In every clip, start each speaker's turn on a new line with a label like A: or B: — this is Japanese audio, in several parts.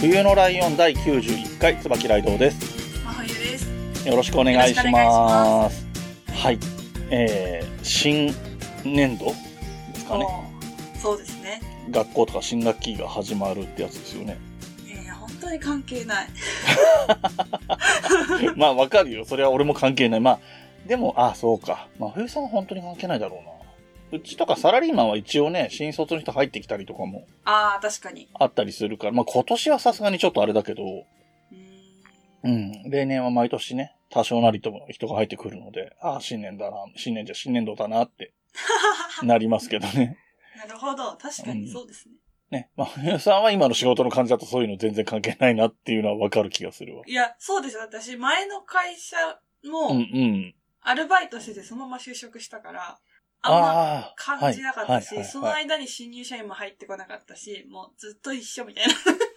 A: 冬のライオン第91回、椿ライドウです。
B: 真冬です
A: よろしくお願いし
B: よろしくお願
A: ます。はい。えー、新年度ですかね。
B: そうそうですね
A: 学校とか新学期が始まるってやつですよね。
B: いやいや本当に関係ない
A: まあ、わかるよ。それは俺も関係ない。まあ、でも、あ、そうか。まあ、冬さんは本当に関係ないだろうな。うちとかサラリーマンは一応ね、新卒の人入ってきたりとかも
B: ああ確かに
A: あったりするから、まあ今年はさすがにちょっとあれだけど、
B: うーん
A: うん。例年は毎年ね、多少なりとも人が入ってくるので、ああ、新年だな、新年じゃ新年度だ なってなりますけどね。
B: なるほど確かにそうですね、
A: ね。まあ、皆さんは今の仕事の感じだとそういうの全然関係ないなっていうのはわかる気がするわ。
B: いやそうですよ私前の会社
A: うんう
B: も
A: ん。
B: アルバイトしててそのまま就職したからあんま
A: ああー、
B: 感じなかったし、
A: はいはいはいはい
B: その間に新入社員も入ってこなかったし、もうずっと一緒みたい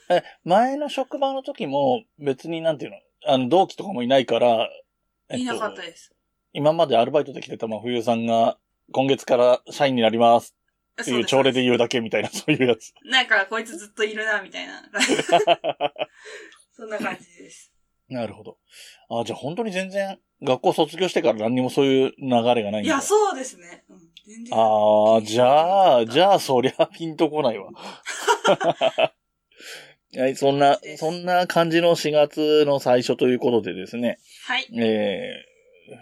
B: な。
A: え、前の職場の時も別になんていうの、あの、同期とかもいないから、え
B: いなかったです。
A: 今までアルバイトで来てた真冬さんが、今月から社員になりますって
B: そう
A: い
B: で
A: う
B: す
A: 朝礼で言うだけみたいな、そういうやつ。
B: なんか、こいつずっといるな、みたいな。そんな感じです。
A: なるほど。あじゃあ本当に全然、学校卒業してから何にもそういう流れがないんだ。
B: いや、そうですね。うん、全然。
A: ああ、じゃあ、じゃあそりゃピンとこない わ。はい、そんな、そんな感じの4月の最初ということでですね、
B: はい。
A: え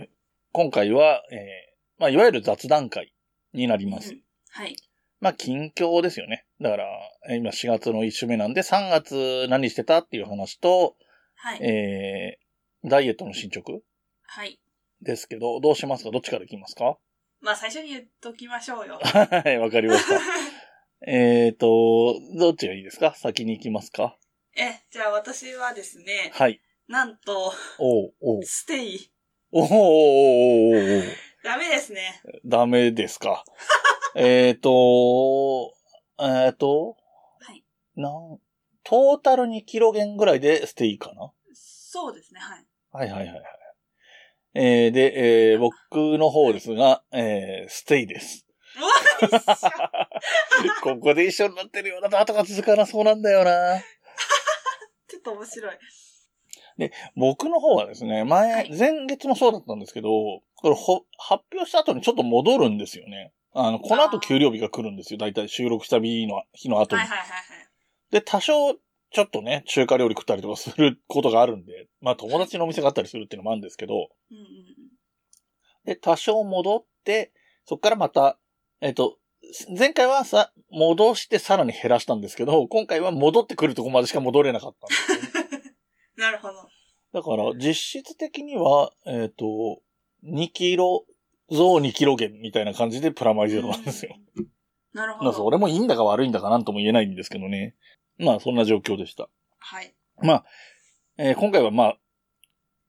A: ー、今回は、えー、まあ、いわゆる雑談会になり
B: う
A: ます。
B: んはい。
A: まあ、近況ですよね。だから、えー今4月の1週目なんで、3月何してたっていう話と、
B: はい。
A: えー、ダイエットの進捗
B: はい。
A: ですけど、どうしますかどっちからいきますか
B: まあ、最初に言っときましょうよ。
A: はい、わかりま した。えっと、どっちがいいですか先に行きますか
B: え、じゃあ私はですね、
A: はい。
B: なんと、
A: おうおう
B: ステイ。
A: おうおうおうおうおうおう
B: ダメですね。
A: ダメですかえっと、えっと、
B: はい。
A: なん、トータル2キロ減ぐらいでステイかな
B: そうですね、はい。
A: はいはいはいはい。えー、で、えー、僕の方ですが、えー、ステイです。
B: うわ、一緒。
A: ここで一緒になってるような後が続かなそうなんだよな。
B: ちょっと面白い。
A: 僕の方はですね、前、
B: はい
A: 前月もそうだったんですけど、これほ、発表した後にちょっと戻るんですよね。あの、この
B: あ
A: 後
B: ー
A: 給料日が来るんですよ。だいたい収録した日の、日の後に。
B: はいはいはい
A: で、多少、ちょっとね、中華料理食ったりとかすることがあるんで、まあ友達のお店があったりするっていうのもあるんですけど、
B: はい。うんうん
A: で、多少戻って、そっからまた、えっと、前回はさ、戻してさらに減らしたんですけど、今回は戻ってくるとこまでしか戻れなかったんですよね。
B: うん。なるほど。
A: だから、実質的には、えっ、と、2キロ増2キロ減みたいな感じでプラマイゼロなんですよ。
B: うん。なるほ
A: だから
B: ど。
A: それもいいんだか悪いんだかなんとも言えないんですけどね。まあ、そんな状況でした。
B: はい。
A: えー今回はまあ、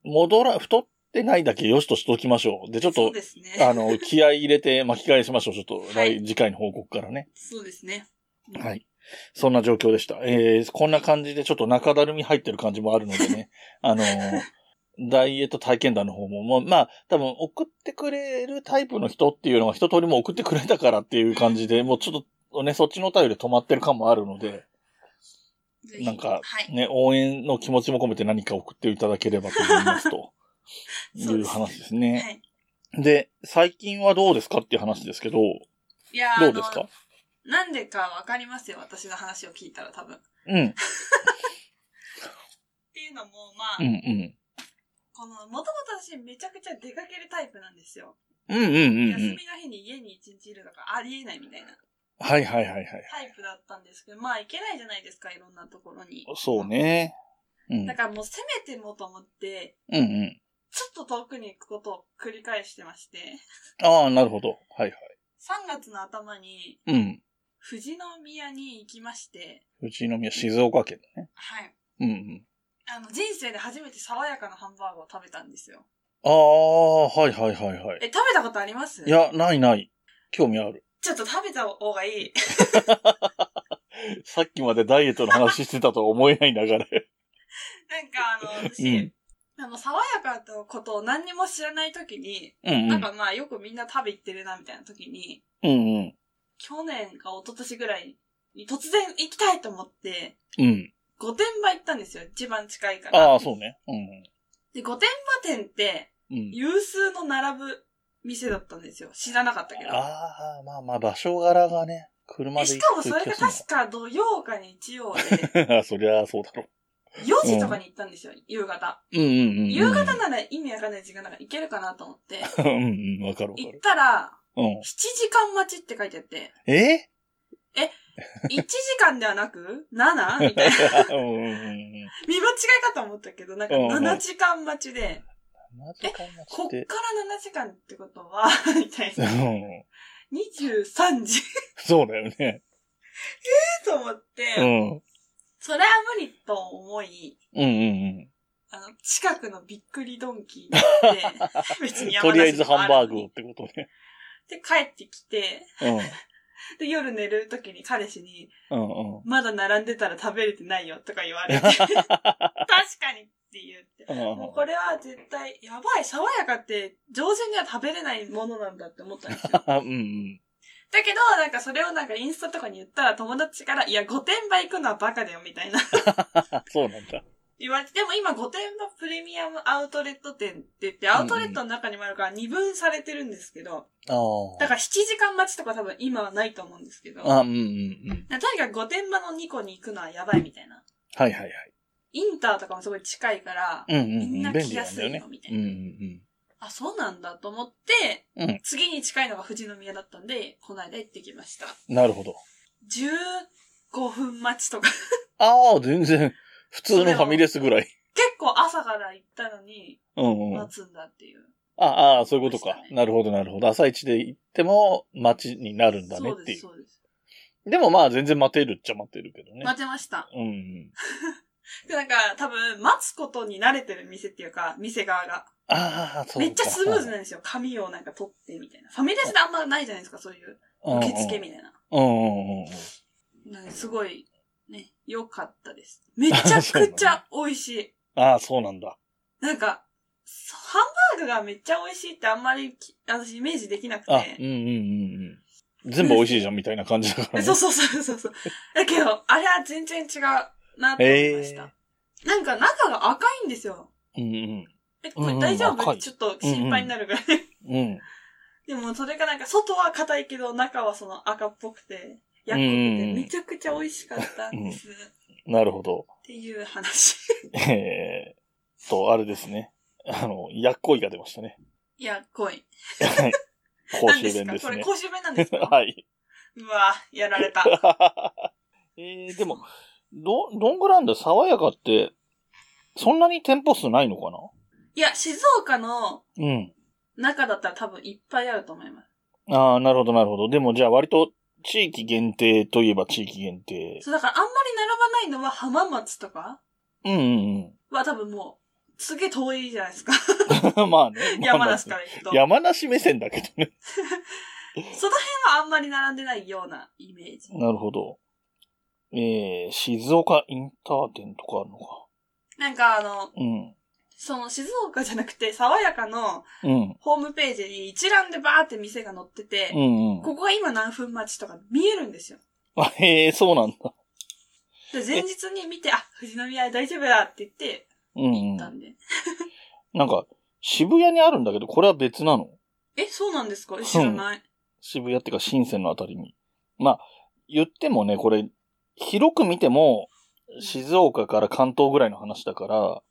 A: 戻ら、太ってないだけ良しとしときましょう。で、ちょっ
B: そう
A: と、
B: ですね。
A: あの、気合い入れて巻き返しましょう。ちょっと来、
B: はい
A: 次回の報告からね。
B: そうですね。うん
A: はい。そんな状況でした。えー、こんな感じでちょっと中だるみ入ってる感じもあるの でね。あのーダイエット体験談の方も、もう、まあ、多分送ってくれるタイプの人っていうのが一通りもう送ってくれたからっていう感じで、もうちょっとね、そっちのお便りで止まってる感もあるので、
B: ぜひ
A: なんか
B: はい。
A: ね、応援の気持ちも込めて何か送っていただければと思いますと。い
B: そうですね
A: う話ですね。
B: はい。
A: で、最近はどうですかっていう話ですけど、
B: いやー
A: どうです
B: あ
A: か
B: のなんでかわかりますよ、私の話を聞いたら多分。っ
A: うん、
B: ていうのも、まあ、
A: うん、うん。
B: この、もともと私めちゃくちゃ出かけるタイプなんですよ。
A: うん、うん、うんう
B: 休
A: ん。
B: みの日に家に一日いるのがありえないみたいな
A: はいはいはいはい。
B: タイプだったんですけど、まあ、いけないじゃないですか、いろんなところに。
A: そう。ね。うん。
B: だからもうせめてもと思って、
A: うんうん。
B: ちょっと遠くに行くことを繰り返してまして、
A: ああ、なるほど。はいはい。
B: 3月の頭に
A: うん。
B: 富士宮に行きまして、
A: 富士宮、静岡県だね。
B: はい。
A: うんうん。
B: あの、人生で初めて爽やかなハンバーグを食べたんですよ。
A: ああ、はいはいはいはい。
B: え、食べたことあります
A: いや、ないない。興味ある。
B: ちょっと食べた方がいい。
A: さっきまでダイエットの話してたとは思えない流
B: な
A: れ。
B: んかあの、私、
A: うん
B: あの、爽やかなことを何にも知らないときに、
A: うんう
B: なん
A: ん。
B: かまあよくみんな食べ行ってるなみたいなときに、
A: うんうん。
B: 去年か一昨年ぐらいに突然行きたいと思って、
A: うん。
B: 御殿場行ったんですよ。一番近いから。
A: ああ、そうね。う
B: で、御殿場店って
A: ん。うん。
B: 有数の並ぶ店だったんですよ。知らなかったけど。
A: ああ、まあまあ、場所柄がね、車
B: え
A: で
B: し
A: 行
B: かも
A: く
B: それが確か土曜か日曜で、
A: か そりゃそうだろ
B: 4時とかに行ったんですよ、夕方。
A: う。うんうんうんうん。
B: 夕方なら意味わかんない時間だから行けるかなと思って、
A: うんうん、わかるわか
B: 行っ
A: る。
B: たら、
A: うん
B: 7。時間待ちって書いてあって、
A: え
B: 1時間ではなく 7? みた いな。
A: うんうんうん。
B: 見間違いかと思ったけど、なんか
A: うんうん
B: 7時間待ちで、
A: マジかな
B: こっ
A: っ
B: から
A: て。
B: 7時間ってことは、みたいうな。
A: ん。
B: 23時
A: そうだよね。
B: と思って、
A: うん。
B: それは無理と思い、
A: うんうん
B: あの、近くのびっくりドンキーに行 って、別
A: うん
B: に。山
A: と
B: 梨
A: りあえずハンバーグを
B: に
A: ってことね。
B: で、帰ってきて、
A: うん。
B: で、夜寝る時に彼氏に、
A: うんうん。
B: まだ並んでたら食べれてないよとか言われて、確かにって言って。
A: うん
B: もうこれは絶対、やばい、爽やかって、上手には食べれないものなんだって思ったんですよ。だ
A: うんうん。
B: けど、なんかそれをなんかインスタとかに言ったら友達から、いや、御殿場行くのはバカだよ、みたいな
A: そうなんだ。
B: 言われて、でも今御殿場プレミアムアウトレット店って言って、アウトレットの中にもあるから二分されてるんですけど、
A: あ
B: だから7時間待ちとか多分今はないと思うんですけど、
A: あ。あ、うんうんうん。
B: なとにかく御殿場の2個に行くのはやばいみたいな。
A: はいはいはい。
B: インターとかもすごい近いから、
A: うんうん
B: みん
A: う。
B: なん
A: 便
B: 来
A: 利
B: や
A: なん
B: す
A: だよ
B: い
A: ね
B: の、。みたい
A: うん
B: な。
A: うん
B: あ、そうなんだと思って、
A: うん
B: 次に近いのが富士宮だったんで、この間行ってきました。
A: うん。なるほど。
B: 15分待ちとか。
A: ああ、全然、普通のファミレスぐらい。
B: 結構朝から行ったのに、
A: うんうん。
B: 待
A: あ
B: つんだっていう。
A: あー、そういうこと
B: そう
A: か
B: で。したね
A: なるほどなるほど。朝一で行っても、街になるんだね
B: そう
A: っ
B: で
A: てい
B: す、
A: う。
B: そうです。
A: でもまあ、全然待てるっちゃ待てるけどね。
B: 待てました。
A: うんうん。
B: でなんか、多分、待つことに慣れてる店っていうか、店側が。
A: ああ、そうか
B: めっちゃスムーズなんですよ。紙をなんか取ってみたいな。ファミレスであんまないじゃないですか、そういう受付みたいな。
A: うんうんうん。
B: なんかすごい、ね、良かったです。めちゃくちゃ美味しい。
A: ああ、そうなんだ。
B: なんか、そハンバーグがめっちゃ美味しいってあんまりき私イメージできなく
A: あ、
B: て
A: うん。うんうんうん。全部美味しいじゃんみたいな感じだからね
B: そう。そうそうそうそう。だけど、あれは全然違うなって思いました。なんか中が赤いんですよ。
A: うんうん。
B: え、これ
A: うん
B: 大丈
A: 赤
B: 夫
A: い
B: ちょっと心配になるぐらい。
A: うん。
B: でもそれがなんか外は硬いけど中はその赤っぽくて、やっこく
A: うんうんう
B: て
A: ん
B: めちゃくちゃ美味しかったんです。っ
A: なるほど。
B: ていう話。
A: えー、と、あれですね。あの、やっこいが出 ましたね。
B: いや、濃い。
A: はい公
B: 何
A: 衆
B: です
A: 弁
B: か
A: です
B: これ
A: ね。
B: 公衆弁なんです か
A: はい。
B: うわ、やられた。
A: えー、でも、ど、どんぐらいなんだ爽やかって、そんなに店舗数ないのか
B: いや、静岡の
A: なうん。
B: 中だったら多分いっぱいあると思います。
A: ああ、なるほど、なるほど。でも、じゃあ、割と、地域限定といえば地域限定。
B: そう、だからあんまり並ばないのは浜松とか
A: うんうん
B: は多分もう、すげえ遠いじゃないですか。
A: うん。 まあね。
B: 山梨から行くと。その
A: 山梨目線だけどね。
B: 辺はあんまり並んでないようなイメージ。
A: なるほど。えー、静岡インター店とかあるのか。
B: なんかあの、
A: うん。
B: その静岡じゃなくて、爽やかの
A: うん。
B: ホームページに一覧でバーって店が載ってて、
A: うんうん。
B: ここが今何分待ちとか見えるんですよ。
A: あ、へえ、そうなんだ。
B: で、前日に見て、あ、富士宮大丈夫だって言って、
A: うん、う
B: 行
A: ん
B: った。んで。
A: なんか、渋谷にあるんだけど、これは別なの
B: え、そうなんですか知らない。
A: 渋谷ってか、深センのあたりに。まあ、言ってもね、これ、広く見ても、静岡から関東ぐらいの話だから、
B: うん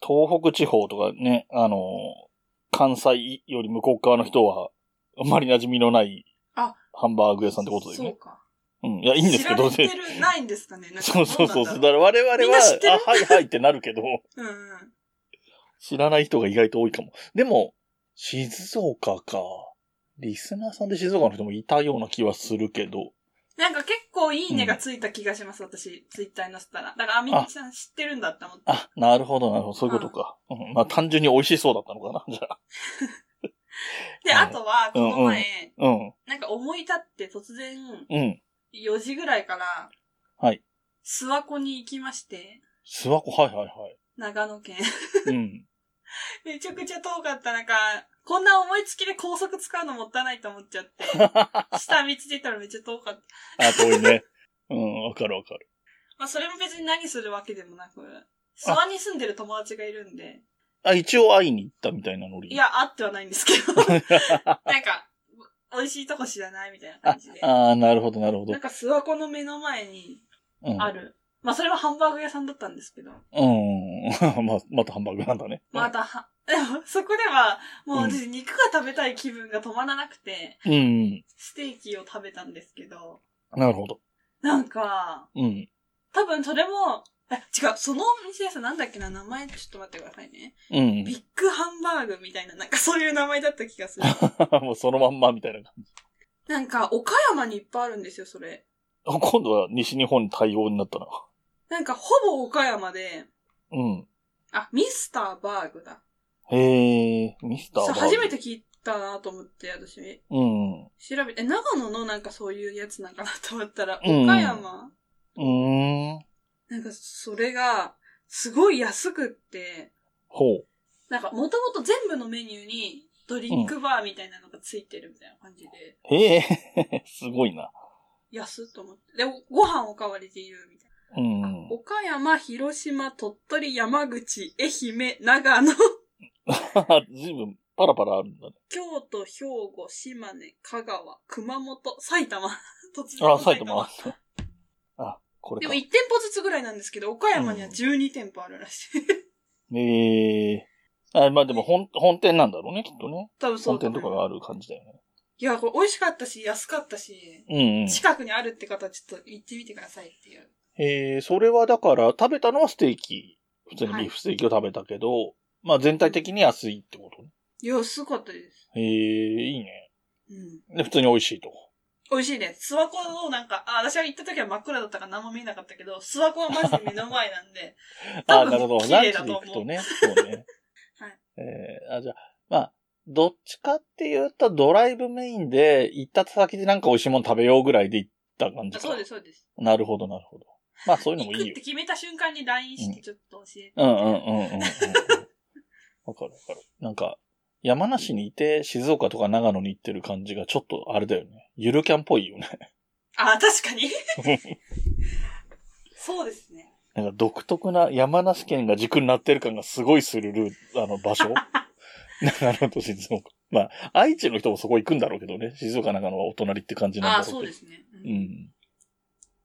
A: 東北地方とかね、あの、関西より向こう側の人は、あんまり馴染みのない、
B: あ
A: ハンバーグ屋さんってことだよ
B: そう
A: ね。
B: か。
A: うん。いや、いいんですけど、
B: 知られてる、ないんですかね。なんか
A: そうそうそう。
B: ど
A: だ
B: う
A: から我々は、
B: みんな知ってる
A: あ、はいはいってなるけど、
B: なんだろううんうん。
A: 知らない人が意外と多いかも。でも、静岡か。リスナーさんで静岡の人もいたような気はするけど。
B: なんか結構いいねがついた気がします、私、ツイッターに載せたら。だから、あみきさん知ってるんだって思って。
A: あ、なるほど、なるほど。そういうことか。うん、まあ、単純に美味しそうだったのかな、じゃあ。
B: で、
A: はい
B: あとは、この前、
A: うん、
B: なんか思い立って突然、
A: うん。
B: 4時ぐらいから、
A: はい。
B: 諏訪湖に行きまして、
A: 諏訪湖、はいはいはい。
B: 長野県。
A: うん。
B: めちゃくちゃ遠かった中、こんな思いつきで高速使うのもったいないと思っちゃ って、下道出たらめっちゃ遠かった。
A: あ、遠いね。うん、わかるわかる。
B: まあ、それも別に何するわけでもなく、諏訪に住んでる友達がいるんで、
A: あ、一応会いに行ったみたいなノリ。
B: い。や、会ってはないんですけ ど、なんか、美味しいとこ知らないみたいな感じで。
A: ああ、なるほど、なるほど
B: なん。か諏訪湖の目の前に
A: うん。
B: ある。まあ、それはハンバーグ屋さんだったんですけど、
A: うん。 まあ、またハンバーグなんだね。
B: または、 でもそこでは、もう私肉が食べたい気分が止まらなくて、
A: うんうん。
B: ステーキを食べたんですけど、
A: なるほど。
B: なんか、
A: うん。
B: 多分それも、え違う、そのお店屋さんなんだっけな、名前ちょっと待ってくださいね。
A: うん。
B: ビッグハンバーグみたいな、なんかそういう名前だった気が する。
A: もうそのまんまみたいな感じ。
B: なんか、岡山にいっぱいあるんですよ、それ。
A: あ今度は西日本対応になったな。
B: なんか、ほぼ岡山で、
A: うん。
B: あ、ミスターバーグだ。
A: へえ、ミスター
B: そう、
A: バーグ
B: 初めて聞いたなと思って、私。
A: うん。う
B: 調べて、え、長野のなんかそういうやつなんかなと思ったら、
A: うん
B: 岡山
A: ーん。
B: なんか、それが、すごい安くって、
A: ほう。
B: なんか、もともと全部のメニューに、ドリンクバーみたいなのがついてるみたいな感じで、
A: へえ、 すごいな。
B: 安っと思って。で、ご飯おかわり自由みたい
A: うん
B: な。。岡山、広島、鳥取、山口、愛媛、長野、
A: ずいぶんパラパラあるんだね。
B: 京都、兵庫、島根、香川、熊本、埼玉。 突然
A: あ、埼玉。あ、これ
B: で
A: か
B: も1。店舗ずつぐらいなんですけど、岡山には12店舗あるらしい。
A: へえ。あまあでも本、本店なんだろうね、きっとね。
B: 多分そ
A: 本
B: うだ
A: 店
B: ね
A: とかがある感じだよね。
B: いや、これ美味しかったし、安かったし、
A: うん、うん。
B: 近くにあるって方はちょっと行ってみてくださいっていう。
A: えー、それはだから、食べたのはステーキ。普通にビーフステーキを食べたけど、まあ全体的に安いってことね。
B: 安かったです。
A: えー、いいね。
B: うん。
A: で、普通に美味しいと。。
B: 美味しいです。諏訪湖をなんか、あ、私が行った時は真っ暗だったから何も見えなかったけど、諏訪湖はマジで目の前なんで
A: あ
B: 多
A: ー、なるほ
B: 分
A: ど。
B: 綺
A: ラン
B: 麗
A: チ
B: だ
A: に
B: と
A: 行く
B: 思
A: と
B: う。
A: ね。そうね。
B: はい。
A: えー、あ、じゃあ、まあ、どっちかっていうと、ドライブメインで、行った先でなんか美味しいもの食べようぐらいで行った感じ
B: あ
A: か。。
B: そうですす、そうです。
A: なるほど、なるほど。まあ、そういうの
B: 行
A: も
B: く
A: い
B: っ
A: いよ
B: て。決めた瞬間に LINE してちょっと教えて。
A: うんうんうんうんうんうん。わかるわかる。なんか、山梨にいて、静岡とか長野に行ってる感じがちょっとあれだよね。ゆるキャンっぽいよね。
B: あ、確かに。そうですね。
A: なんか独特な山梨県が軸になってる感がすごいするルーあの場所 長野と静岡。まあ、愛知の人もそこ行くんだろうけどね。静岡長野はお隣って感じなん
B: あ、
A: だろ
B: そうう
A: け
B: で
A: ど。
B: すね。う
A: うんん。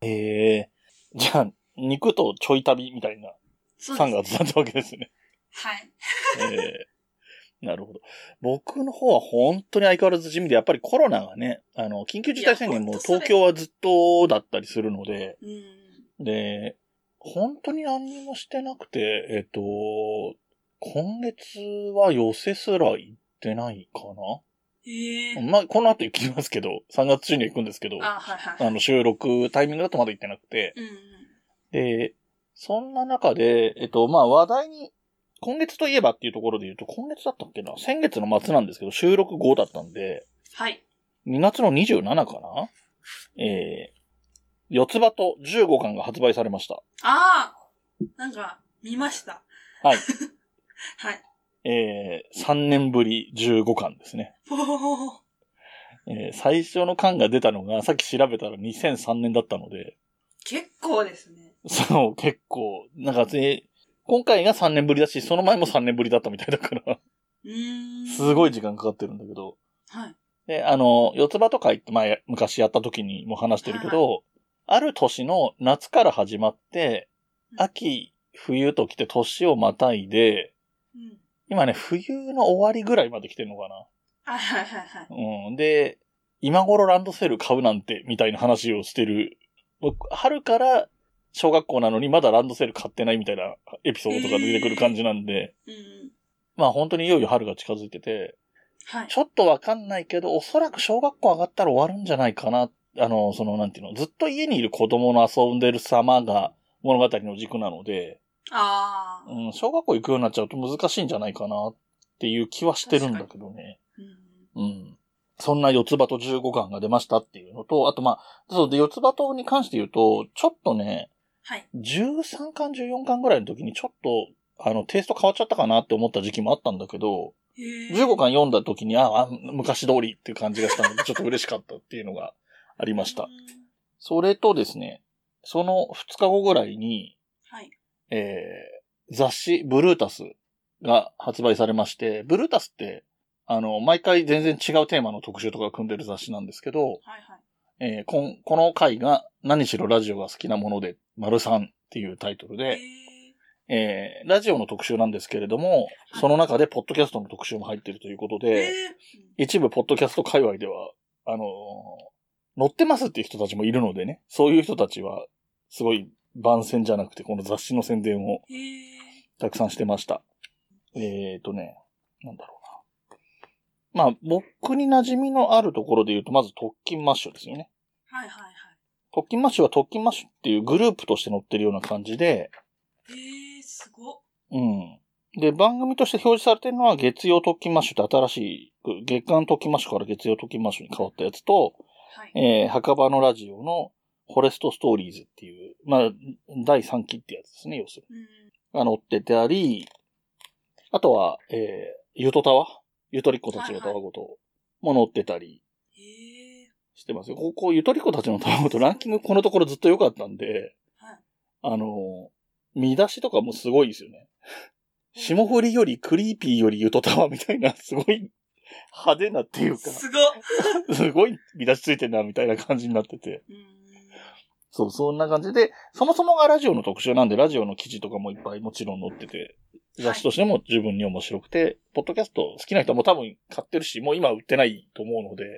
A: ええじゃあ、肉とちょい旅みたいな
B: そうです
A: 3月だったわけですね。
B: はい。
A: ええなるほど。僕の方は本当に相変わらず地味で、やっぱりコロナがね、あの、緊急事態宣言
B: い
A: も
B: や本当それ
A: 東京はずっとだったりするので、
B: うん。
A: で、本当に何にもしてなくて、えっ、と、今月は寄せすら行ってないか
B: ええ
A: なまあ、この後行きますけど、3月中には行くんですけど、あ
B: あ、はいはい。
A: の、収録、タイミングだとまだ行ってなくて、
B: うんうん。
A: で、そんな中で、えっ、と、まあ、話題に、今月といえばっていうところで言うと、今月だったっけな先月の末なんですけど、収録後だったんで、
B: はい。
A: 2月の27かなえー、四つ葉と15巻が発売されました。
B: ああなんか、見ました。
A: はい。
B: はい。
A: えー、3年ぶり15巻ですね。
B: おー
A: えー最初の巻が出たのが、さっき調べたら2003年だったので、
B: 結構ですね。
A: そう、結構、なんか、えー今回が3年ぶりだし、その前も3年ぶりだったみたいだから、
B: うーん。
A: すごい時間かかってるんだけど、
B: はい。
A: で、あの、四つ葉とかって、前、昔やった時にも話してるけど、ある年の夏から始まって、秋、冬と来て年をまたいで、
B: うん。
A: 今ね、冬の終わりぐらいまで来てるのかな。
B: はいはいはいはい。
A: うん。で、今頃ランドセル買うなんて、みたいな話をしてる。僕、春から小学校なのにまだランドセル買ってないみたいなエピソードとか出てくる感じなんで、
B: うんうん。
A: まあ本当にいよいよ春が近づいてて、
B: はい。
A: ちょっとわかんないけど、おそらく小学校上がったら終わるんじゃないかな。あの、その、なんていうの、ずっと家にいる子供の遊んでる様が物語の軸なので、
B: ああ。
A: うん、小学校行くようになっちゃうと難しいんじゃないかなっていう気はしてるんだけどね。
B: うん。
A: うん。そんな四つ葉と15巻が出ましたっていうのと、あとまあ、そうで、四つ葉とに関して言うと、ちょっとね、
B: はい。
A: 13巻、14巻ぐらいの時にちょっと、あの、テイスト変わっちゃったかなって思った時期もあったんだけど、
B: へえ。
A: 15巻読んだ時に、ああ、昔通りっていう感じがしたので、ち ょっと嬉しかったっていうのがありまし
B: う
A: た
B: ん。。
A: それとですね、その2日後ぐらいに、
B: はい。
A: えー、雑誌、ブルータスが発売されまして、ブルータスって、あの、毎回全然違うテーマの特集とか組んでる雑誌なんですけど、
B: はいはい。
A: えーこんこの回が、何しろラジオが好きなもので、丸さんっていうタイトル
B: へ
A: で、
B: え。
A: えー、ラジオの特集なんですけれども、その中でポッドキャストの特集も入ってるということ
B: へ
A: で、
B: え。
A: 一部ポッドキャスト界隈では、あのー乗ってますっていう人たちもいるのでね、そういう人たちは、すごい番宣じゃなくて、この雑誌の宣伝を
B: うんへえ。
A: たくさんしてました。えーとね、なんだろうな。まあ、僕に馴染みのあるところで言うと、まず特勤マッシュですよね。
B: はいはいはい。
A: 特勤マッシュは特勤マッシュっていうグループとして乗ってるような感じで、
B: ええー、すごっ。
A: うん。で、番組として表示されてるのは月曜特勤マッシュって新しい、月間特勤マッシュから月曜特勤マッシュに変わったやつと、
B: はい。
A: えー、墓場のラジオのフォレストストーリーズっていう、まあ、第3期ってやつですね、要する
B: うん。
A: に。が載っててあり、あとは、えー、ゆとたわゆとりっ子たちのたわごとも載ってたり
B: ええ
A: してますよ。ここ、ゆとりっ子たちのたわごとランキングこのところずっと良かったんで、
B: ー、はい。
A: あのー見出しとかもすごいですよね。霜降りよりクリーピーよりゆとたわみたいな、すごい派手なっていうか、
B: すごっ。
A: すごい見出しついてんな、みたいな感じになってて。
B: うん。
A: そう、そんな感じで、そもそもがラジオの特集なんで、ラジオの記事とかもいっぱいもちろん載ってて、雑誌としても十分に面白くて、ポッドキャスト好きな人も多分買ってるし、もう今売ってないと思うので、
B: うん。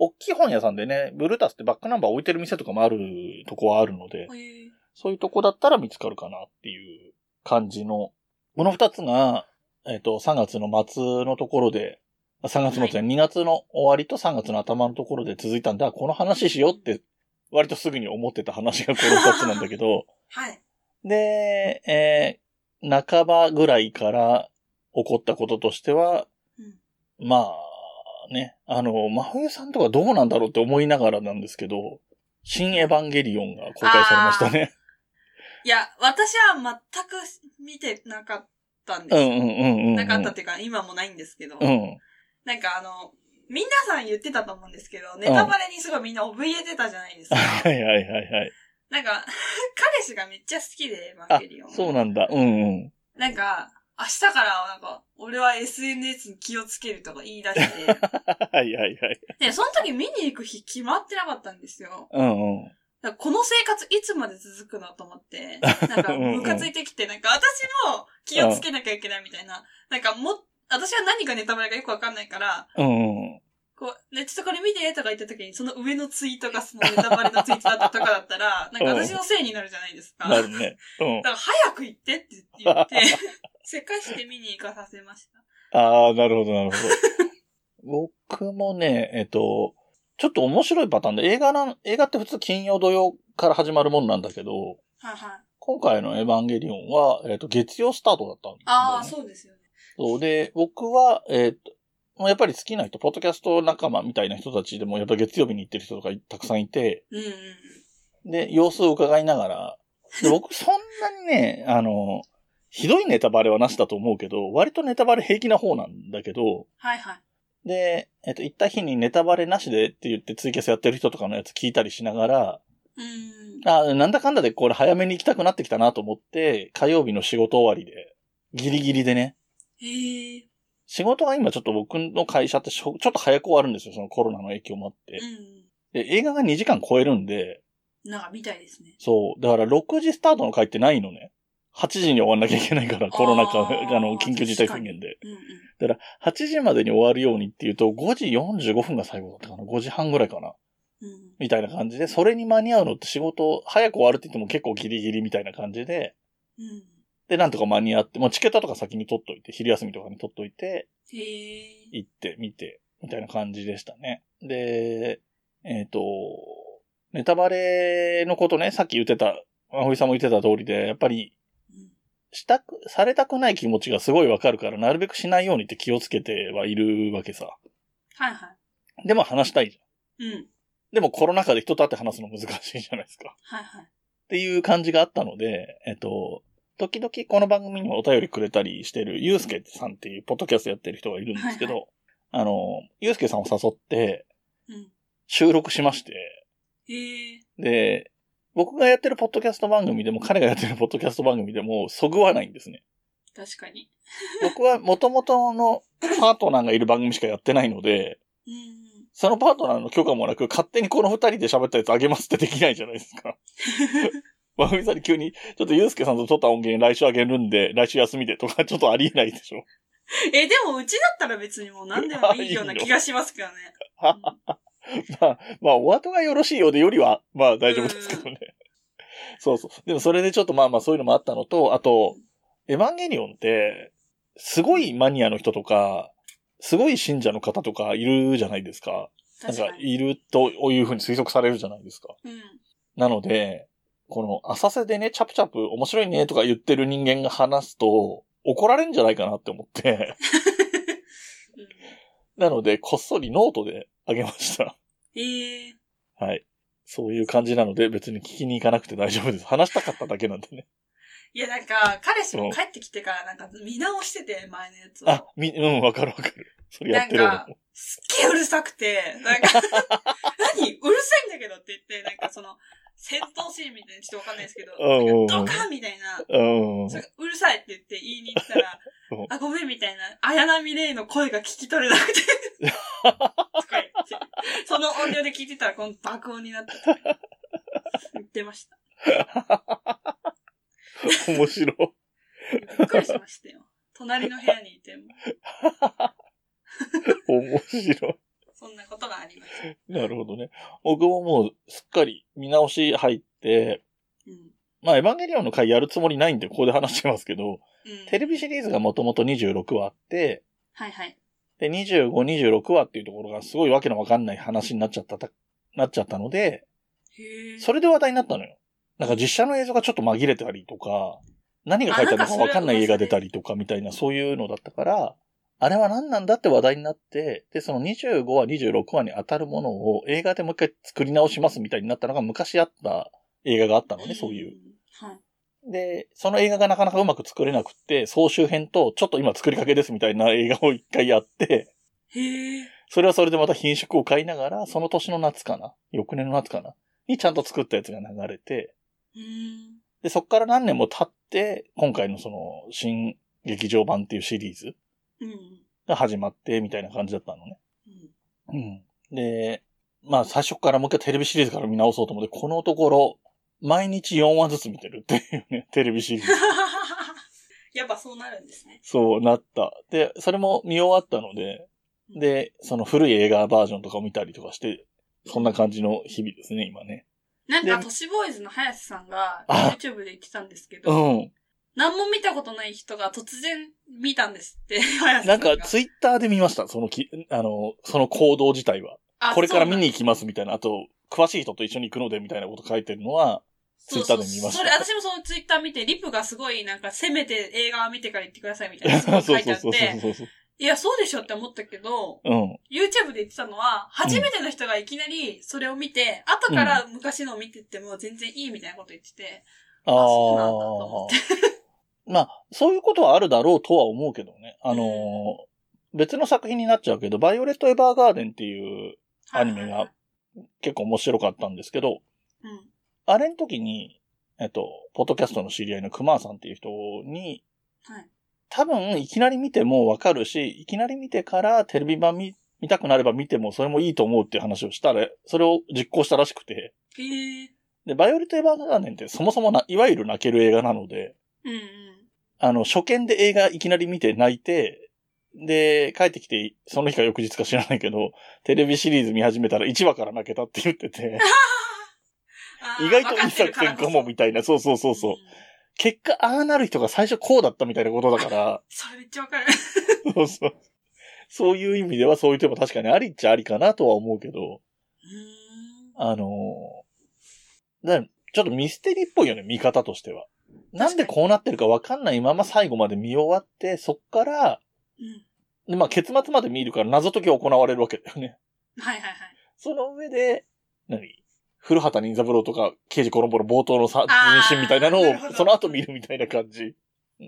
A: 大きい本屋さんでね、ブルータスってバックナンバー置いてる店とかもあるとこはあるので、
B: ええ
A: そういうとこだったら見つかるかなっていう感じの、この二つが、えっ、と、3月の末のところで、あ3月末じゃない2月の終わりと3月の頭のところで続いたんだ、この話しようって、割とすぐに思ってた話がこの二つなんだけ ど、
B: はい。
A: で、えー、半ばぐらいから起こったこととしては、
B: うん
A: まあ、ね、あの、真冬さんとかどうなんだろうって思いながらなんですけど、新エヴァンゲリオンが公開されましたね。
B: いや、私は全く見てなかったんで
A: う
B: す。
A: んうんうんうん。
B: なかったっていうか、今もないんですけど。
A: うん。
B: なんかあの、皆さん言ってたと思うんですけど、ネタバレにすごいみんな怯えてたじゃないですか。
A: はいはいはいはい。
B: なんか、 彼氏がめっちゃ好きで、マ
A: あ
B: ケリオン。、
A: そうなんだ。うんうん。
B: なんか、明日からはなんか、俺は SNS に気をつけるとか言い出して、
A: はいはいはい。
B: で、その時見に行く日決まってなかったんですよ。
A: うんうん。
B: だからこの生活いつまで続くのと思って、なんか、
A: うんうん
B: ムカついてきて、なんか、私も気をつけなきゃいけないみたいな。なんか、も、私は何がネタバレかよくわかんないから、
A: うんうん。
B: こう、ね、ちょっとこれ見てとか言った時に、その上のツイートがそのネタバレのツイートだったとかだったら、なんか私のせいになるじゃないですか。
A: なるね。うん
B: だか。ら早く行ってって言って、 せかして見に行かさせました。
A: ああ、なるほど なるほど。僕もね、えっと、ちょっと面白いパターンで、映画なん、映画って普通金曜土曜から始まるもんなんだけど、
B: はいはい。
A: 今回のエヴァンゲリオンは、えっと、月曜スタートだったんだよね、
B: ああ、そうですよね。
A: そうで、僕は、えーっと、もうやっぱり好きな人、ポッドキャスト仲間みたいな人たちでも、やっぱ月曜日に行ってる人とかいたくさんいて、
B: うんうん。
A: で、様子を伺いながら、で僕そんなにね、あの、ひどいネタバレはなしだと思うけど、割とネタバレ平気な方なんだけど、
B: はいはい。
A: で、えっと、行った日にネタバレなしでって言ってツイキャスやってる人とかのやつ聞いたりしながら、
B: うん。
A: あなんだかんだでこれ早めに行きたくなってきたなと思って、火曜日の仕事終わりで、ギリギリでね、
B: へえ。
A: 仕事が今ちょっと僕の会社ってしょちょっと早く終わるんですよ、そのコロナの影響もあって
B: う。ん。
A: で、映画が2時間超えるんで、
B: なんか、みたいですね。
A: そう、だから6時スタートの回ってないのね。8時に終わんなきゃいけないから、コロナ禍、
B: あー
A: あの、緊急事態宣言で。
B: うんうん。
A: 8時までに終わるようにっていうと、5時45分が最後だったかな ?5 時半ぐらいかな
B: うん。
A: みたいな感じで、それに間に合うのって仕事、早く終わるって言っても結構ギリギリみたいな感じで、
B: うん。
A: で、なんとか間に合って、もうチケットとか先に取っといて、昼休みとかに取っといて、
B: へへえ。
A: 行ってみて、みたいな感じでしたね。で、えっ、と、ネタバレのことね、さっき言ってた、まほいさんも言ってた通りで、やっぱり、
B: うん
A: したく、されたくない気持ちがすごいわかるから、なるべくしないようにって気をつけてはいるわけさ。
B: はいは
A: でも話したいじゃ
B: い。う
A: ん。
B: ん。
A: でもコロナ禍で人と会って話すの難しいじゃないですか。
B: はいはい。
A: っていう感じがあったので、えっと、時々この番組にもお便りくれたりしてる、ゆうすけさんっていうポッドキャストやってる人がいるんですけど、
B: は
A: あの、ゆうすけさんを誘って
B: うん。
A: 収録しまして、
B: へえ。
A: で、僕がやってるポッドキャスト番組でも彼がやってるポッドキャスト番組でもそぐわないんですね。
B: 確かに。
A: 僕は元々のパートナーがいる番組しかやってないので、
B: うんうん。
A: そのパートナーの許可もなく勝手にこの二人で喋ったやつあげますってできないじゃないですか。 まふみさんに急に、ちょっとゆうすけさんと撮った音源来週あげるんで、来週休みでとか、ちょっとありえないでしょ。
B: え、でもうちだったら別にもう何でもいいような気がしますけどね。うん
A: まあ、まあ、お後がよろしいようでよりは、まあ大丈夫ですけどね。 そうそう。でもそれでちょっとまあまあそういうのもあったのと、あと、エヴァンゲリオンって、すごいマニアの人とか、すごい信者の方とかいるじゃないですか。なん
B: 確
A: か
B: か、に。
A: いるというふうに推測されるじゃないですか。
B: うん。
A: なので、この浅瀬でね、チャプチャプ面白いねとか言ってる人間が話すと、怒られるんじゃないかなって思って、
B: うん
A: なので、こっそりノートであげました。
B: へえ。
A: はい。そういう感じなので、別に聞きに行かなくて大丈夫です。話したかっただけなんでね。
B: いや、なんか、彼氏も帰ってきてからなんか見直してて、前のやつを。
A: あ、み、うん、わかるわかる。それやってる
B: なんかすっげえうるさくて、なんか何、うるさいんだけどって言って、なんかその、戦闘シーンみたいな、ちょっとわかんないですけど、
A: うんうんうん
B: なんかドカンみたいな、
A: うん。
B: それがうるさいって言って言いに行ったら
A: うん、
B: あ、ごめんみたいな、綾波レイの声が聞き取れなくて、とか言って、その音量で聞いてたら、この爆音になったとか言ってました。
A: 面白い。
B: びっくりしましたよ。隣の部屋にいても、
A: 面白い。
B: そんなことがありました。
A: なるほどね。僕ももう、すっかり見直し入って、
B: うん。
A: まあ、エヴァンゲリオンの回やるつもりないんで、ここで話してますけど、
B: うん。
A: テレビシリーズがもともと26話あって、
B: はいはい。
A: で、25、26話っていうところがすごいわけのわかんない話になっちゃったた、なっちゃったので、
B: へえ。
A: それで話題になったのよ。なんか実写の映像がちょっと紛れたりとか、何が書いてあるのかわかんない映画出たりとかみたいな、そういうのだったから、あれは何なんだって話題になって、で、その25話、26話に当たるものを映画でもう一回作り直しますみたいになったのが昔あった映画があったのね、そういう。
B: うん。はい。
A: で、その映画がなかなかうまく作れなくって、総集編と、ちょっと今作りかけですみたいな映画を一回やって、
B: へえ。
A: それはそれでまた品種を買いながら、その年の夏かな翌年の夏かなにちゃんと作ったやつが流れて、
B: うん。
A: で、そっから何年も経って、今回のその、新劇場版っていうシリーズ
B: うん。
A: が始まって、みたいな感じだったのね。
B: うん。
A: うん。で、まあ最初からもう一回テレビシリーズから見直そうと思って、このところ、毎日4話ずつ見てるっていうね、 テレビシリーズ。
B: やっぱそうなるんですね。
A: そう、なった。で、それも見終わったので、で、その古い映画バージョンとかを見たりとかして、そんな感じの日々ですね、今ね。
B: なん
A: で
B: か、都市ボーイズの早瀬さんが
A: あ
B: YouTube で言ってたんですけ
A: う
B: ど、
A: ん。
B: 何も見たことない人が突然見たんですって、 早瀬
A: な
B: さ
A: ん
B: ん
A: か、
B: が。
A: ツイッターで見ました、そのき、あの、その行動自体は。
B: あ
A: これから見に行
B: そ
A: きますみたいな、あと、詳しい人と一緒に行くのでみたいなこと書いてるのは、ツイ
B: う
A: ッタ
B: な
A: ー
B: ん
A: で見ました
B: そうそうそれ、私もそのツイッター見て、リプがすごい、なんか、せめて映画を見てから言ってくださいみたいな、すごい書
A: そう
B: いて
A: そ
B: あっ
A: うそうそう
B: て、
A: そうそう。
B: いや、そうでしょって思ったけど、
A: うん。
B: YouTube で言ってたのは、初めての人がいきなりそれを見て、後から昔のを見てっても全然いいみたいなこと言ってて、
A: あ
B: あそうなんだと思
A: あ。 まあ、そういうことはあるだろうとは思うけどね。あのー別の作品になっちゃうけど、バイオレット・エヴァーガーデンっていうアニメが結構面白かったんですけど、
B: うん。
A: あれの時に、えっと、ポッドキャストの知り合いのクマーさんっていう人に、
B: はい。
A: 多分いきなり見てもわかるし、いきなり見てからテレビ版見見たくなれば見てもそれもいいと思うっていう話をしたら、それを実行したらしくて、
B: へえ。
A: で、バイオレット・エヴァーガーデンってそもそもな、いわゆる泣ける映画なので、
B: うんうん。
A: あの、初見で映画いきなり見て泣いて、で、帰ってきて、その日か翌日か知らないけど、テレビシリーズ見始めたら1話から泣けたって言って て、
B: あー、
A: 意外といい作戦かもみたいな、そうそうそうそう。。結果、ああなる人が最初こうだったみたいなことだから
B: それめっちゃわかる。
A: そうそう。そういう意味ではそういう手も確かにありっちゃありかなとは思うけど、
B: う
A: あのーだからちょっとミステリーっぽいよね、見方としては。なんでこうなってるかわかんないまま最後まで見終わって、そっから、
B: ーん。
A: でまあ結末まで見るから謎解きが行われるわけだよね。
B: うん。はいはいはい。
A: その上で、何古畑任三郎とか、刑事コロンボの冒頭のさ
B: あー
A: 人身みたいなの
B: なるほ
A: を、
B: ど
A: その後見るみたいな感じ。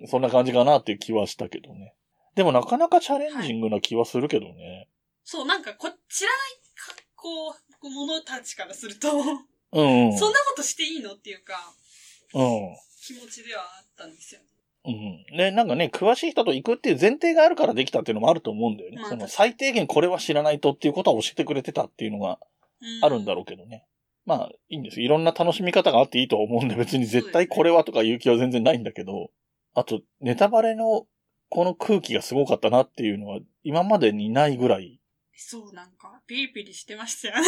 A: そんな感じかなっていう気はしたけどね。でもなかなかチャレンジングな気はするけどね。
B: そう、なんかこ、知らない格好、こう者たちからすると、
A: うん、うん。
B: そんなことしていいのっていうか、
A: うん。
B: 気持ちではあったんですよね。
A: うん。ね、なんかね、詳しい人と行くっていう前提があるからできたっていうのもあると思うんだよね。
B: まあ
A: その最低限これは知らないとっていうことは教えてくれてたっていうのが
B: う
A: あるんだろうけどね。まあ、いいんですよ。いろんな楽しみ方があっていいとは思うんで、別に絶対これはとか言う気は全然ないんだけど、あと、ネタバレのこの空気がすごかったなっていうのは、今までにないぐらい、
B: そう、なんか、ピリピリしてましたよね。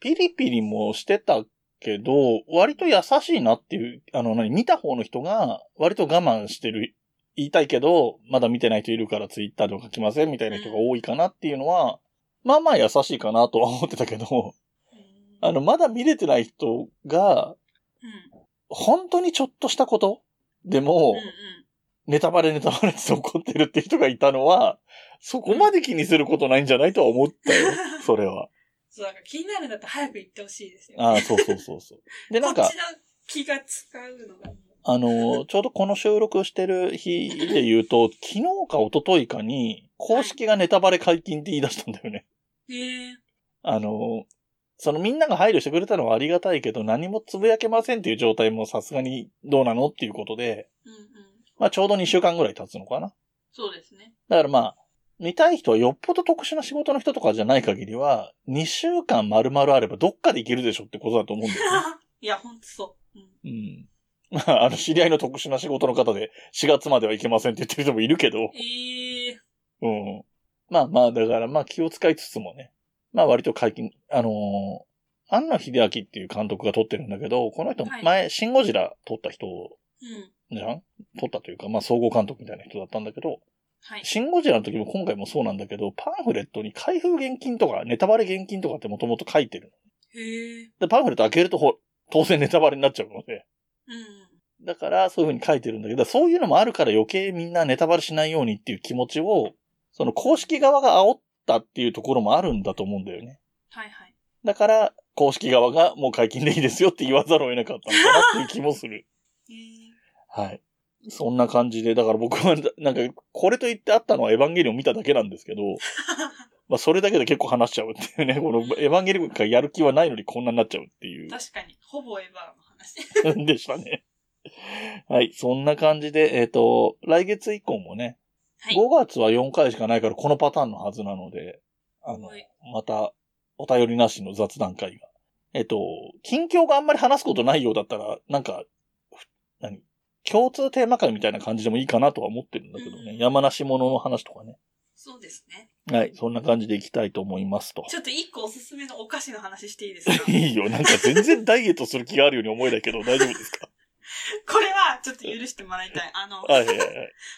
A: ピリピリもしてたけど、割と優しいなっていう、あの、何、見た方の人が、割と我慢してる、言いたいけど、まだ見てない人いるからツイッターとか来ませんみたいな人が多いかなっていうのは、まあまあ優しいかなとは思ってたけど、あの、まだ見れてない人が、
B: うん。
A: 本当にちょっとしたことでも
B: うんう、ん。
A: ネタバレネタバレって怒ってるって人がいたのは、そこまで気にすることないんじゃないとは思ったよ。それは。
B: そう、なんか気になるんだったら早く行ってほしいですよね。
A: ああ、そうそうそうそう。で、なん
B: こ
A: か
B: っち、の気が使うのがもう。
A: あの、ちょうどこの収録してる日で言うと、昨日か一昨日かに、公式がネタバレ解禁って言い出したんだよね。
B: ええ
A: あの、そのみんなが配慮してくれたのはありがたいけど、何もつぶやけませんっていう状態もさすがにどうなのっていうことで、
B: うんうん。
A: まあちょうど2週間ぐらい経つのかな。
B: そうですね。
A: だからまあ、見たい人はよっぽど特殊な仕事の人とかじゃない限りは、2週間丸々あればどっかでいけるでしょってことだと思うんだ よ、ね。
B: いや、ほんとそう。うん。
A: うん。まあ、あの、知り合いの特殊な仕事の方で、4月まではいけませんって言ってる人もいるけど、
B: ええ
A: うん。まあまあ、だからまあ気を使いつつもね、まあ割と解禁、あのー、安野秀明っていう監督が撮ってるんだけど、この人
B: は
A: 前、
B: い
A: シンゴジラ撮った人
B: うん。
A: じゃん撮ったというか、まあ総合監督みたいな人だったんだけど、
B: はい。
A: シンゴジラの時も今回もそうなんだけど、パンフレットに開封現金とか、ネタバレ現金とかってもともと書いてる。
B: へえ。
A: で、パンフレット開けるとほ当然ネタバレになっちゃうので。
B: うん。
A: だから、そういう風に書いてるんだけど、そういうのもあるから余計みんなネタバレしないようにっていう気持ちを、その公式側が煽ったっていうところもあるんだと思うんだよね。
B: はいはい。
A: だから、公式側がもう解禁でいいですよって言わざるを得なかったのかなっていう気もする。
B: ええ
A: はい。そんな感じで、だから僕は、なんか、これと言ってあったのはエヴァンゲリオン見ただけなんですけど、まあそれだけで結構話しちゃうっていうね、このエヴァンゲリオンがやる気はないのにこんなになっちゃうっていう
B: 確かに、ほぼエヴァの話。
A: でしたね。はい、そんな感じで、えっ、と、来月以降もね、
B: はい。
A: 5月は4回しかないからこのパターンのはずなので、あの
B: は、い
A: また、お便りなしの雑談会が。えっと、近況があんまり話すことないようだったら、なんか、ふ何共通テーマ会みたいな感じでもいいかなとは思ってるんだけどね。
B: うん
A: 山梨ものの話とかね。
B: そうですね。
A: はい、そんな感じでいきたいと思いますと。
B: ちょっと一個おすすめのお菓子の話していいですか
A: いいよ、なんか全然ダイエットする気があるように思えないけど、大丈夫ですか
B: これは、ちょっと許してもらいたい。あの、
A: はいはいはい。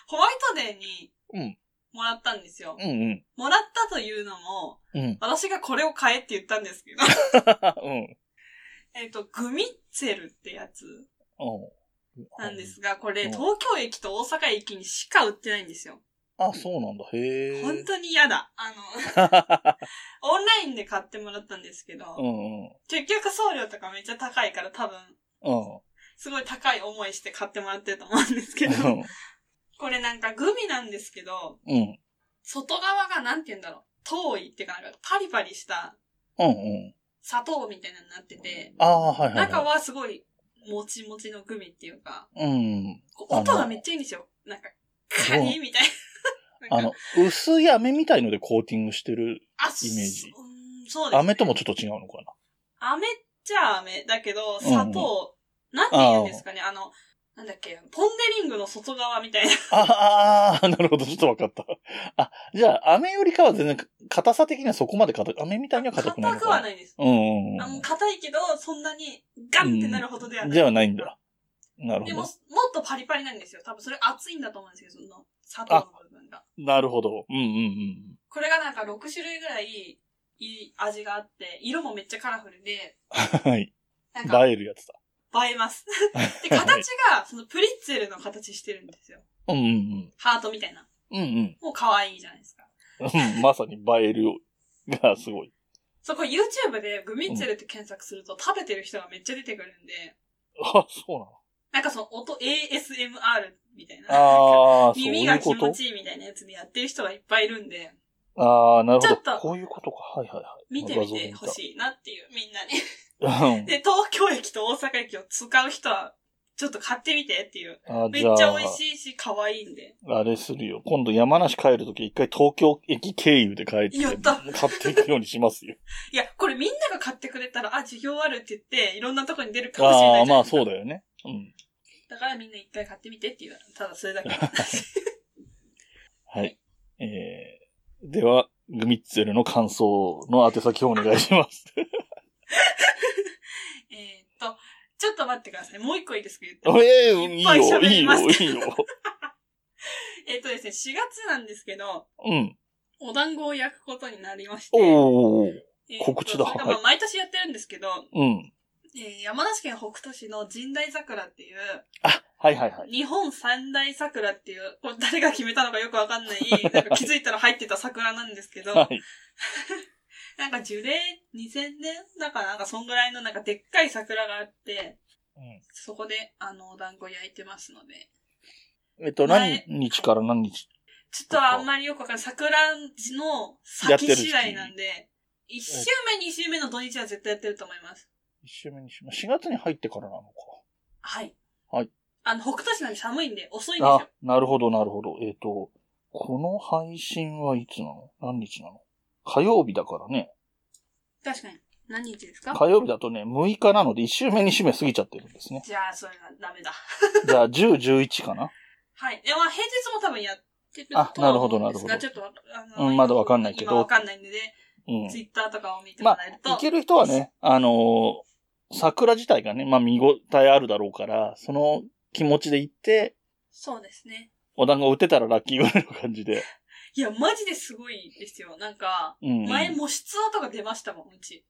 B: ホワイトデーに
A: うん、
B: もらったんですよ。
A: うんうん。
B: もらったというのも、
A: うん。
B: 私がこれを買えって言ったんですけど、
A: うん。
B: えっと、グミッツェルってやつ
A: うん。
B: なんで。すが、これ、
A: うん
B: 東京駅と大阪駅にしか売ってないんですよ。
A: あ、そうなんだ。へえ。
B: 本当に嫌だ。あの、 オンラインで買ってもらったんですけど、
A: うんうん。
B: 結局送料とかめっちゃ高いから多分、
A: うん。
B: すごい高い思いして買ってもらってると思うんですけど、これなんかグミなんですけど、
A: うん。
B: 外側がなんて言うんだろう、遠いっていうかなんかパリパリした
A: うんうん。
B: 砂糖みたいなのになってて、
A: ああ、はいはい、
B: 中
A: は
B: はすごいもちもちのグミっていうか、
A: い。うん。
B: こう音がめっちゃいいんですよ。なんか、カニみたいな。
A: あ
B: なん
A: の
B: か、
A: 薄い飴みたいのでコーティングしてる。
B: あ
A: イメージ
B: そうんそうです、ね。
A: 飴ともちょっと違うのか
B: 飴っちゃ飴だけど、
A: うんうん
B: 砂糖、なんて言うんですかね、あの、なんだっけ、ポンデリングの外側みたいな。
A: な。ああ、なるほど。ちょっとわかった。あ、じゃあ、飴よりかは全然、硬さ的にはそこまで硬く、飴みたいには硬くないの
B: 硬
A: か
B: く
A: な。
B: はないです。
A: うんうん
B: あの、
A: う
B: 硬いけど、そんなにガンってなるほどではない。
A: ん。ではないんだ。なる
B: で
A: ほ
B: も、もっ。
A: ど
B: とパリパリなんですよ。多分それ熱いんだと思うんですけど、その砂糖の部分んだ。
A: なるほど。うんうんうん。
B: これがなんか6種類ぐらいいい味があって、色もめっちゃカラフルで、
A: はい。
B: なんか
A: 映えるやつだ。
B: 映え ます。で、形がそのプリッツェルの形してるんですよ。
A: うんうん
B: ハートみたいな。
A: うん。うん
B: もう可愛いじゃないですか。
A: うん。 うんまさに映えるがすごい。
B: そこ YouTube でグミッツェルって検索すると食べてる人がめっちゃ出てくるんで、
A: あ、そうなの
B: なんかその音 ASMR みたいな。
A: ああ、そう
B: 耳
A: い
B: が
A: うこ
B: 気持
A: と
B: ちいいみたいなやつでやってる人がいっぱいいるんで、
A: ああ、なるほ
B: ちょ
A: ど
B: っと。
A: こういうことか。はいはいはい。
B: 見てみてほしいなっていう、みんなに。
A: い。うん
B: で、東京駅と大阪駅を使う人は、ちょっと買ってみてっていう。
A: あ
B: めっ
A: じ
B: ち
A: ゃ
B: ゃ
A: あ
B: 美味、しいし、可愛いんで。
A: あれするよ。今度山梨帰るとき、一回東京駅経由で帰って、
B: やった
A: 買っていくようにしますよ。
B: いや、これみんなが買ってくれたら、あ、需要あるって言って、いろんなとこに出るかもしれな
A: ああ
B: い
A: ー、
B: じゃん
A: まあそうだよね。うん。
B: だからみんな一回買ってみてっていう。ただそれ だけ。
A: はい。えー、では、グミッツェルの感想の宛先をお願いします。
B: えーっと、ちょっと待ってください。もう一個 いいですか言っても
A: ええー、いい
B: いっぱい
A: よ、
B: 喋
A: いい
B: ります
A: よ、いいよ。
B: えーっとですね、4月なんですけど、
A: うん。
B: お団子を焼くことになりまして。
A: おー。
B: えーっと
A: 告知だ
B: それがまあ
A: は
B: 毎年やってるんですけど、
A: うん。
B: えー山梨県北杜市の神代桜っていう、
A: あ、はいはいはい。
B: 日本三大桜っていう、これ誰が決めたのかよくわかんない、なんか気づいたら入ってた桜なんですけど、
A: はい。
B: なんか樹齢2000年だからなんかそんぐらいのなんかでっかい桜があって、
A: う
B: そこであのお団子焼いてますので、
A: んえっと、何
B: 前
A: 日から何日
B: ちょっとあんまりよくわかんない。桜の先次第なんで、一週目、二週目の土日は絶対やってると思います。
A: 一週目にしま ?4 月に入ってからなのか。
B: はい。
A: はい。
B: あの、北斗市なんで寒いんで、遅いんですよ
A: あ。、なるほど、なるほど。えっ、と、この配信はいつなの何日なの火曜日だからね。
B: 確かに。何日ですか
A: 火曜日だとね、6日なので1週目2週目過ぎちゃってるんですね。
B: じゃあ、それがダメだ。
A: じゃあ、10、11かな
B: はい。で、まあ、平日も多分やってると
A: あなるほど
B: 思うんですが
A: な
B: ち
A: るほど
B: ょっとわか、あ
A: うんまだわかんないけど
B: 今わかんないんで、
A: うん。
B: ツ
A: い
B: イッターとかを見てもらえると。
A: ける人はね、あのー桜自体がね、まあ見応えあるだろうから、その気持ちで行って、
B: そうですね。
A: お団子打てたらラッキーぐらいの感じで。
B: いや、マジですごいですよ。なんか、
A: うん。
B: 前、模室アとか出ましたもん、うち。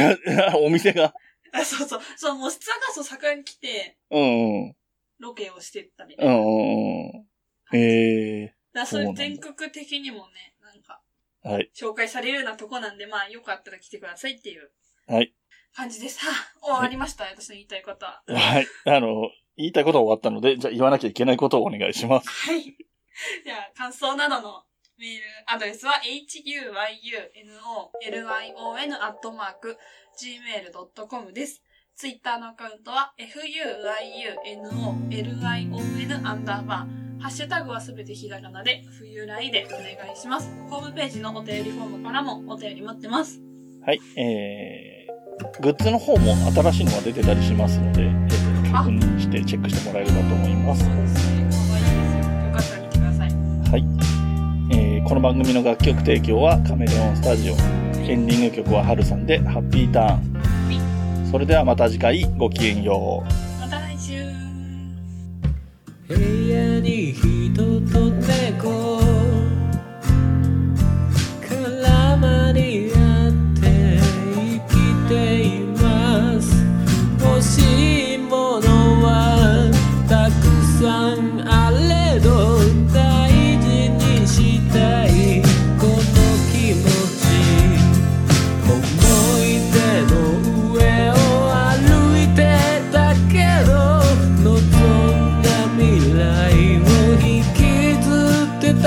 A: お店が。
B: あそうそう。その模室アがそう桜に来て、
A: うんうん。
B: ロケをしてったみた
A: う
B: いな。
A: んうんうん。え
B: だからそうい
A: そ
B: う
A: うなん
B: 全
A: だ
B: 国的にもね、なんか、
A: ー、はい。
B: 紹介されるようなとこなんで、まあ、よかったら来てくださいっていう。
A: はい。
B: 感じです。はあ終わりました、私の言いたいことは。
A: はい。あの、言いたいことは終わったので、じゃあ言わなきゃいけないことをお願いします。
B: はい。じゃあ、感想などのメールアドレスは、huynolion.gmail.com です。ツイッターのアカウントは、fuyunolion アンダーバー。ハッシュタグはすべてひらがなで、冬来でお願いします。ホームページのお便りフォームからもお便り待ってます。
A: はい。えー、グッズの方も新しいのが出てたりしますので、えー
B: あ
A: 確認してチェックしてもらえればと思います。
B: そうですね。かわいいですよ。よかったら来てください。
A: はい。えーこの番組の楽曲提供はカメレオンスタジオ。エンディング曲はハルさんで、ハッピーターン。それではまた次回、ごきげんよう。
B: また来週
C: 部屋に人と猫絡まり合って生きています欲しいものはたくさんあれど大事にしたいこの気持ち思い出の上を歩いてたけど望んだ未来を引きずってた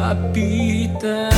C: た